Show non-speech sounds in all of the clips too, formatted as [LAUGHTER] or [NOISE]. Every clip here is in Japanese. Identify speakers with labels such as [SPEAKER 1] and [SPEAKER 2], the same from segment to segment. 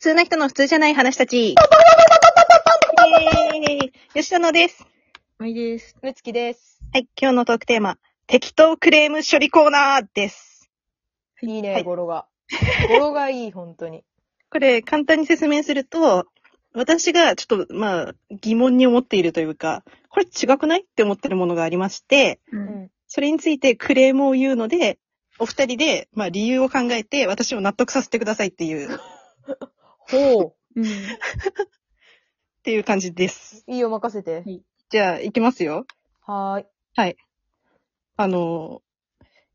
[SPEAKER 1] 通な人の普通じゃない話たち。イエーイ吉田のです。
[SPEAKER 2] まいです。むつきです。
[SPEAKER 1] はい、今日のトークテーマ、適当クレーム処理コーナーです。
[SPEAKER 2] い
[SPEAKER 1] は
[SPEAKER 2] いね
[SPEAKER 1] い、
[SPEAKER 2] 語呂が。語呂がいい、本当に。
[SPEAKER 1] これ、簡単に説明すると、私がちょっと、まあ、疑問に思っているというか、これ違くないって思ってるものがありまして、
[SPEAKER 3] う。
[SPEAKER 2] うんん。
[SPEAKER 1] それについてクレームを言うので、お二人で、まあ、理由を考えて、私を納得させてくださいっていう、っ
[SPEAKER 2] ほ
[SPEAKER 3] うん。
[SPEAKER 1] ていう感じです。
[SPEAKER 2] う。いいよ、任せて。
[SPEAKER 1] じゃあ、いきますよ。
[SPEAKER 2] はーい。
[SPEAKER 1] あの、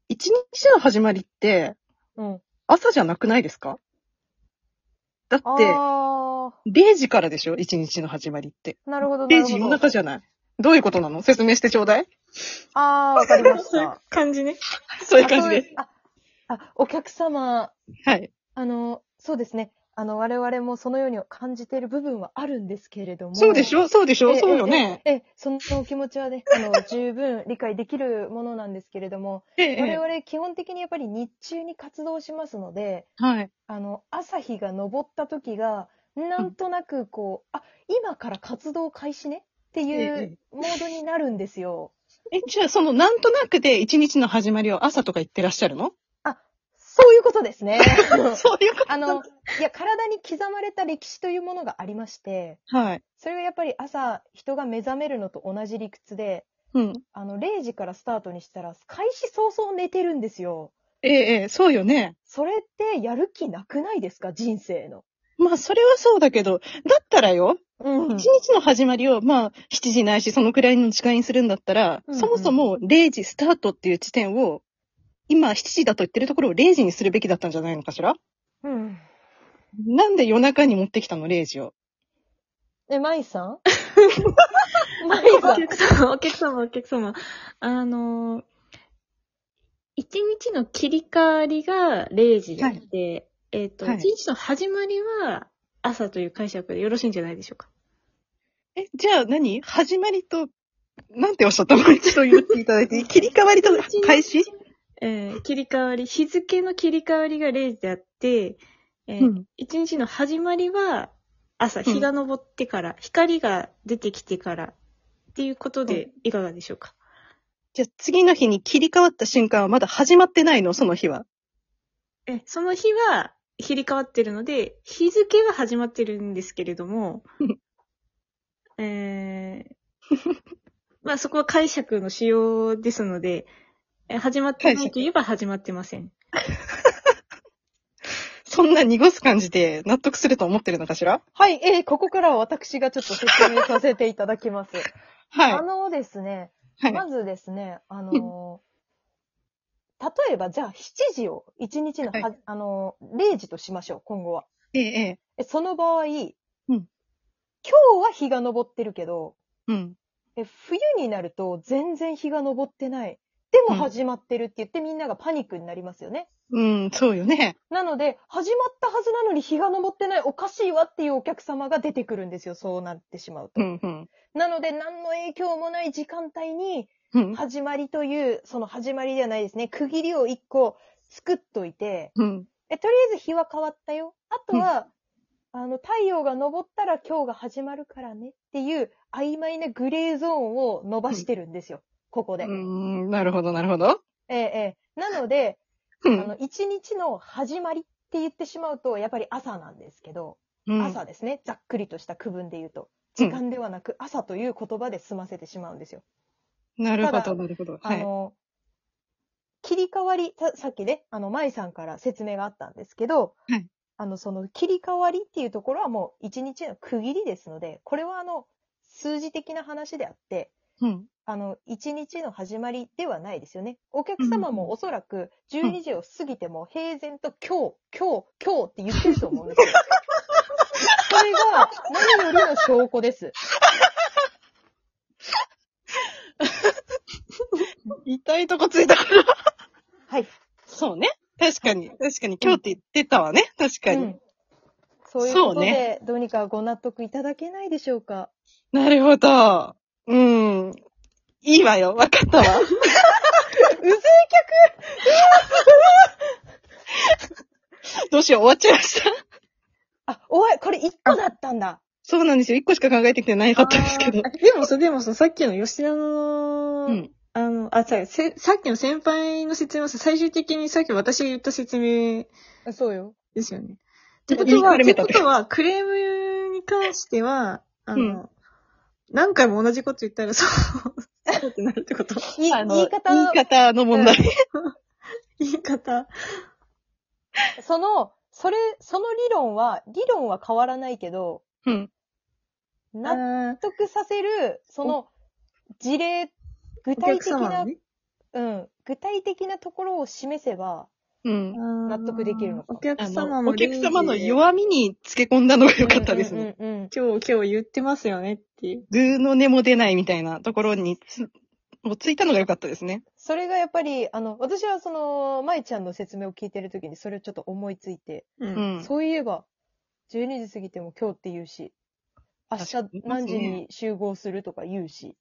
[SPEAKER 1] 一日の始まりって
[SPEAKER 2] うん。
[SPEAKER 1] 朝じゃなくないですかだっ
[SPEAKER 2] あ
[SPEAKER 1] て、
[SPEAKER 2] ー。
[SPEAKER 1] 0時からでしょ一日の始まりって。
[SPEAKER 2] なるほど、な
[SPEAKER 1] 0
[SPEAKER 2] る
[SPEAKER 1] 時
[SPEAKER 2] ほ
[SPEAKER 1] 夜
[SPEAKER 2] ど。
[SPEAKER 1] 中じゃないどういうことなの説明してちょうだい。
[SPEAKER 2] あー、わかりまし
[SPEAKER 1] [LAUGHS] そういう
[SPEAKER 2] た。
[SPEAKER 1] 感じね。そういう感じです。
[SPEAKER 2] あ。そうあ、あお客様、
[SPEAKER 1] はい。
[SPEAKER 2] あの、そうですね。あの、我々もそのように感じている部分はあるんですけれども。
[SPEAKER 1] そうでしょそうでし
[SPEAKER 2] え
[SPEAKER 1] ょ
[SPEAKER 2] え
[SPEAKER 1] そうよね。
[SPEAKER 2] ええ、そのお気持ちはね、
[SPEAKER 1] [LAUGHS]
[SPEAKER 2] あの、十分理解できるものなんですけれども、
[SPEAKER 1] えええ
[SPEAKER 2] 我
[SPEAKER 1] え。
[SPEAKER 2] 々基本的にやっぱり日中に活動しますので、
[SPEAKER 1] はい。
[SPEAKER 2] あの、朝日が昇った時が、なんとなくこう、あ、今から活動開始ねっていうモードになるんですよ。
[SPEAKER 1] え、じゃあそのなんとなくで一日の始まりを朝とか言ってらっしゃるの
[SPEAKER 2] [LAUGHS] そういうことですね。
[SPEAKER 1] そういうこ
[SPEAKER 2] [LAUGHS] あの、いや、体に刻まれた歴史というものがありまして、
[SPEAKER 1] とはい。
[SPEAKER 2] それがやっぱり朝、人が目覚めるのと同じ理屈で、
[SPEAKER 1] うん。
[SPEAKER 2] あの、0時からスタートにしたら、開始早々寝てるんですよ。
[SPEAKER 1] ええええ、そうよね。
[SPEAKER 2] それってやる気なくないですか人生の。
[SPEAKER 1] まあそれはそうだけど、だったらよ、
[SPEAKER 2] うん
[SPEAKER 1] 一日の始まりを、まあ、7時ないし、そのくらいの時間にするんだったら、
[SPEAKER 2] うんうん
[SPEAKER 1] そもそも0時スタートっていう地点を、今7時だと言ってるところを0時にするべきだったんじゃないのかしら
[SPEAKER 2] うん。
[SPEAKER 1] なんで夜中に持ってきたの、0時を。
[SPEAKER 2] え、舞さ [LAUGHS] ん
[SPEAKER 3] あ
[SPEAKER 2] 舞
[SPEAKER 3] お
[SPEAKER 2] さん。
[SPEAKER 3] 客様、お客様、お客様。あのー、一日の切り替わりが0時であって、えっ、と、一、
[SPEAKER 1] はい
[SPEAKER 3] 日の始まりは朝という解釈でよろしいんじゃないでしょうか。
[SPEAKER 1] え、じゃあ何始まりと、なんておっしゃったの一度言っていただい
[SPEAKER 2] [LAUGHS]
[SPEAKER 1] て、切り替わりと開始
[SPEAKER 3] えー切り替わり、日付の切り替わりが0時であって、えー
[SPEAKER 1] うん
[SPEAKER 3] 一日の始まりは朝、日が昇ってから、光が出てきてから、っていうことでいかがでしょうか。
[SPEAKER 1] じゃあ次の日に切り替わった瞬間はまだ始まってないの、その日は。
[SPEAKER 3] え、その日は切り替わってるので、日付が始まってるんですけれども、えー、 [LAUGHS] まあそこは解釈の仕様ですので、え始まってないといえば始まってません。
[SPEAKER 1] そんな濁す感じで納得すると思ってるのかしら
[SPEAKER 2] はい、えーここからは私がちょっと説明させていただきます。
[SPEAKER 1] [LAUGHS] はい。
[SPEAKER 2] あのですね、
[SPEAKER 1] はい。
[SPEAKER 2] まずですね、あのー例えばじゃあ7時を1日のは、
[SPEAKER 1] は
[SPEAKER 2] あのー0時としましょう、今後は。
[SPEAKER 1] ええ、ええ。
[SPEAKER 2] えその場合、今日は日が昇ってるけど、
[SPEAKER 1] うん。
[SPEAKER 2] え冬になると全然日が昇ってない。でも始まってるって言ってみんながパニックになりますよね。
[SPEAKER 1] うん、そうよね。
[SPEAKER 2] なので、始まったはずなのに日が昇ってないおかしいわっていうお客様が出てくるんですよ。そうなってしまうと。
[SPEAKER 1] うん、うん。
[SPEAKER 2] なので、何の影響もない時間帯に、
[SPEAKER 1] うん。
[SPEAKER 2] 始まりという、その始まりではないですね。区切りを一個作っといて、
[SPEAKER 1] うん。
[SPEAKER 2] えとりあえず日は変わったよ。あとは、あの、太陽が昇ったら今日が始まるからねっていう曖昧なグレーゾーンを伸ばしてるんですよ。ここで。
[SPEAKER 1] うーん、なるほど、なるほど。
[SPEAKER 2] ええええなので、
[SPEAKER 1] う
[SPEAKER 2] あ
[SPEAKER 1] ん。
[SPEAKER 2] の、一日の始まりって言ってしまうと、やっぱり朝なんですけど、
[SPEAKER 1] うん
[SPEAKER 2] 朝ですね。ざっくりとした区分で言うと。
[SPEAKER 1] うん
[SPEAKER 2] 時間ではなく、朝という言葉で済ませてしまうんですよ。
[SPEAKER 1] なるほ
[SPEAKER 2] た
[SPEAKER 1] ど、
[SPEAKER 2] だ
[SPEAKER 1] なるほど。
[SPEAKER 2] あ
[SPEAKER 1] はい。
[SPEAKER 2] の、切り替わり、ささっきね、あの、舞さんから説明があったんですけど、
[SPEAKER 1] はい
[SPEAKER 2] あの、その切り替わりっていうところはもう一日の区切りですので、これはあの、数字的な話であって、
[SPEAKER 1] うん。
[SPEAKER 2] あの、一日の始まりではないですよね。お客様もおそらく12時を過ぎても平然と今日、今日、今日って言ってると思
[SPEAKER 1] [LAUGHS]
[SPEAKER 2] うんですよ。それが何よりの証拠です。
[SPEAKER 1] 痛いとこついたから。
[SPEAKER 2] はい。
[SPEAKER 1] そうね。確かに。確かに、今日って言ってたわね。確か
[SPEAKER 2] う
[SPEAKER 1] に。
[SPEAKER 2] んそういうこ
[SPEAKER 1] そう
[SPEAKER 2] とで、
[SPEAKER 1] ね
[SPEAKER 2] どうにかご納得いただけないでしょうか。
[SPEAKER 1] なるほど。うん。いいわよ。わかったわ。
[SPEAKER 2] うぜ
[SPEAKER 1] どうしよう、終わっちゃいました。
[SPEAKER 2] あ、おい、これ1個だったんだ。
[SPEAKER 1] そうなんですよ。一個しか考えてきてなかったんですけど。
[SPEAKER 3] あー。でもさ、でもさ、さっきの吉田の、
[SPEAKER 1] うん。
[SPEAKER 3] あの、あ、さ、せさっきの先輩の説明はさ、最終的にさっき私が言った説明
[SPEAKER 2] そうよ。
[SPEAKER 3] ですよね。っ
[SPEAKER 1] ち
[SPEAKER 3] て
[SPEAKER 1] ょっと
[SPEAKER 3] ことは、っ
[SPEAKER 1] 言い
[SPEAKER 3] て
[SPEAKER 1] 換えればよか
[SPEAKER 3] こ
[SPEAKER 1] った
[SPEAKER 3] とは、クレームに関しては、あの、何回も同じこと言ったら、そう、そうってなるっ
[SPEAKER 1] [LAUGHS]
[SPEAKER 3] てこと
[SPEAKER 2] い言
[SPEAKER 1] あの
[SPEAKER 2] い方
[SPEAKER 1] 言い方の問題。
[SPEAKER 3] 言い方。
[SPEAKER 2] その、それ、その理論は、理論は変わらないけど、
[SPEAKER 1] うん。
[SPEAKER 3] あ
[SPEAKER 2] 納
[SPEAKER 3] ー
[SPEAKER 2] 得させる、その、事例、具
[SPEAKER 3] お
[SPEAKER 2] 体
[SPEAKER 3] 客
[SPEAKER 2] 的
[SPEAKER 3] 様
[SPEAKER 2] な、
[SPEAKER 3] のね。
[SPEAKER 2] うん、具体的なところを示せば、
[SPEAKER 1] うん。
[SPEAKER 3] 納
[SPEAKER 2] 得できるのか
[SPEAKER 3] お客
[SPEAKER 1] あ
[SPEAKER 3] 様
[SPEAKER 1] の、
[SPEAKER 3] も
[SPEAKER 1] お客様の
[SPEAKER 3] い。
[SPEAKER 1] 弱みにつけ込んだのが良かったですね。
[SPEAKER 2] うんうんうんうん
[SPEAKER 3] 今日、今日言ってますよねっていう。
[SPEAKER 1] グーの根も出ないみたいなところにつ、をついたのが良かったですね。
[SPEAKER 2] それがやっぱり、あの、私はその、舞ちゃんの説明を聞いてるときにそれをちょっと思いついて、
[SPEAKER 3] う
[SPEAKER 1] う。ん。
[SPEAKER 2] そういえば、12時過ぎても今日って言うし、明日
[SPEAKER 1] 確かに
[SPEAKER 2] 何時に集合するとか言うし、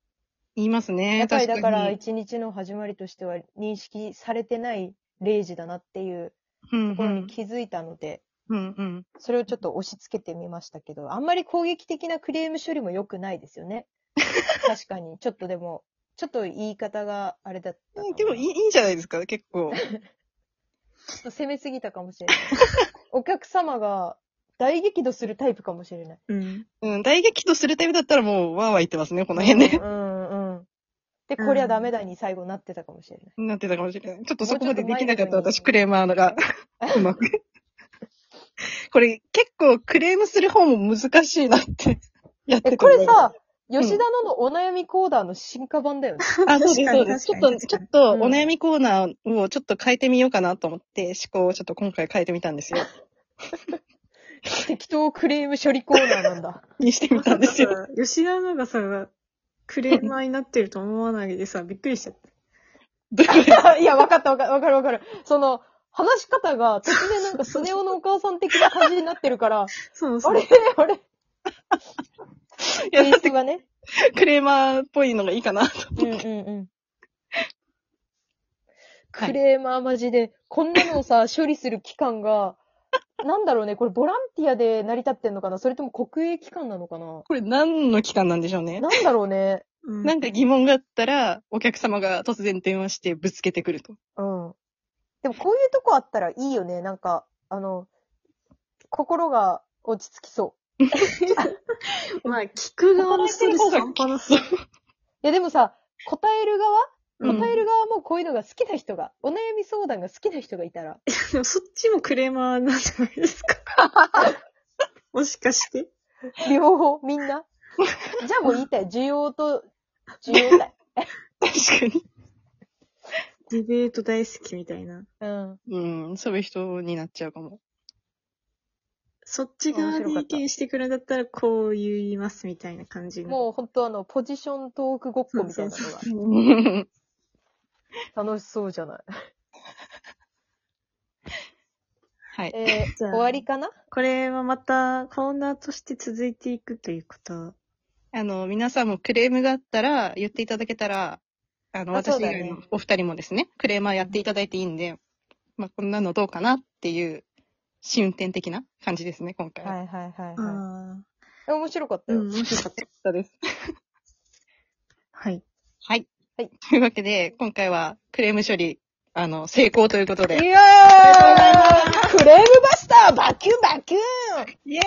[SPEAKER 1] 言いますね。
[SPEAKER 2] やっぱり
[SPEAKER 1] 確
[SPEAKER 2] だから
[SPEAKER 1] に
[SPEAKER 2] 一日の始まりとしては認識されてない0時だなっていう
[SPEAKER 1] うん
[SPEAKER 2] ところに気づいたので、
[SPEAKER 1] うんうん。
[SPEAKER 2] それをちょっと押し付けてみましたけど、あんまり攻撃的なクレーム処理も良くないですよ
[SPEAKER 1] [LAUGHS]
[SPEAKER 2] ね。確かに。ちょっとでも、ちょっと言い方があれだったか
[SPEAKER 1] う
[SPEAKER 2] な。
[SPEAKER 1] ん。でもいいいいんじゃないですか、結構。
[SPEAKER 2] ちょっと攻めすぎたかもしれない。お客様が大激怒するタイプかもしれない。
[SPEAKER 3] うん。
[SPEAKER 1] うん、大激怒するタイプだったらもう、わーわー言ってますね、この辺ね。
[SPEAKER 2] うんうん。で、こりゃダメだに最後なってたかもしれない。
[SPEAKER 1] なってたかもしれない。ちょっとそこまで
[SPEAKER 2] も
[SPEAKER 1] で
[SPEAKER 2] うちょ
[SPEAKER 1] き
[SPEAKER 2] っと
[SPEAKER 1] な
[SPEAKER 2] 前
[SPEAKER 1] かった
[SPEAKER 2] のように
[SPEAKER 1] 私、クレーマーが、うまく。これ、結構クレームする方も難しいなって、やって
[SPEAKER 2] え、
[SPEAKER 1] て
[SPEAKER 2] これさ、
[SPEAKER 1] ん
[SPEAKER 2] 吉田ののお悩みコーダーの [LAUGHS] 進化版だよね。
[SPEAKER 1] あ、そうです、そうです。ちょっ
[SPEAKER 3] 確か
[SPEAKER 1] と、
[SPEAKER 3] に
[SPEAKER 1] ちょっ
[SPEAKER 3] 確
[SPEAKER 1] と、
[SPEAKER 2] うん
[SPEAKER 1] お悩みコーナーをちょっと変えてみようかなと思って、思考をちょっと今回変えてみたんですよ。
[SPEAKER 2] 適当クレーム処理コーナーなんだ。
[SPEAKER 1] にしてみたんですよ。
[SPEAKER 3] [LAUGHS] 吉田のがさ、クレーマーになってると思わないでさ、びっくりしちゃった。
[SPEAKER 1] どういうこと
[SPEAKER 2] [LAUGHS] いや、わかったわかるわかるわかる。その、話し方が突然なんかスネ夫のお母さん的な感じになってる [LAUGHS] から、
[SPEAKER 3] そうそ
[SPEAKER 2] あ
[SPEAKER 3] う。
[SPEAKER 2] れあれ
[SPEAKER 1] いや、
[SPEAKER 2] テイ
[SPEAKER 1] だっ
[SPEAKER 2] ス
[SPEAKER 1] て
[SPEAKER 2] トがね。
[SPEAKER 1] クレーマーっぽいのがいいかなと。
[SPEAKER 2] うんうんうん。クレーマーマジで、こんなのをさ、処理する機関 [LAUGHS] が、なんだろうね、これボランティアで成り立ってんのかなそれとも国営機関なのかな
[SPEAKER 1] これ何の期間なんでしょうね。
[SPEAKER 2] なんだろうね。
[SPEAKER 3] うん
[SPEAKER 1] なんか疑問があったら、お客様が突然電話してぶつけてくると。
[SPEAKER 2] うん。でもこういうとこあったらいいよね。なんか、あの、心が落ち着きそう。
[SPEAKER 3] まあ、聞く側のストレス
[SPEAKER 1] 答えてる方が
[SPEAKER 3] 半端なさ。
[SPEAKER 2] いやでもさ、答える側
[SPEAKER 1] うん
[SPEAKER 2] 答える側もこういうのが好きな人が、お悩み相談が好きな人がいた [LAUGHS] ら。
[SPEAKER 3] でもそっちもクレーマーなんじゃないですか。もしかして。
[SPEAKER 2] 両方、みんな。じゃあもう言いたい。需要と、需要だ。
[SPEAKER 1] 確かに。
[SPEAKER 3] ディベート大好きみたいな。
[SPEAKER 2] うん。
[SPEAKER 1] うん、そういう人になっちゃうかも。
[SPEAKER 3] そっち側で意見してくるんだったら、こう言いますみたいな感じの。
[SPEAKER 2] もう本当あの、ポジショントークごっこみたいなのが楽しそうじゃない。
[SPEAKER 1] [LAUGHS] はい。
[SPEAKER 2] えー、
[SPEAKER 3] じゃ
[SPEAKER 2] 終
[SPEAKER 3] あ
[SPEAKER 2] わりかな
[SPEAKER 3] これはまたコーナーとして続いていくということ。
[SPEAKER 1] あの、皆さんもクレームがあったら、言っていただけたら、あの、
[SPEAKER 2] あ
[SPEAKER 1] 私
[SPEAKER 2] そう
[SPEAKER 1] 以
[SPEAKER 2] だね
[SPEAKER 1] 外のお二人もですね、クレーマーやっていただいていいんで、まあ、こんなのどうかなっていう、試運転的な感じですね、今回は。
[SPEAKER 2] はいはいはい、は
[SPEAKER 3] ああ。
[SPEAKER 2] い。面白かった
[SPEAKER 3] う
[SPEAKER 2] よ。
[SPEAKER 3] ん、面白かった。
[SPEAKER 1] そうです。
[SPEAKER 3] はい。
[SPEAKER 1] はい。
[SPEAKER 2] はい
[SPEAKER 1] というわけで、今回はクレーム処理、あの、成功ということ
[SPEAKER 2] イ
[SPEAKER 1] で。
[SPEAKER 2] エーイクレームバスターバキュンバキュン
[SPEAKER 1] イエーイ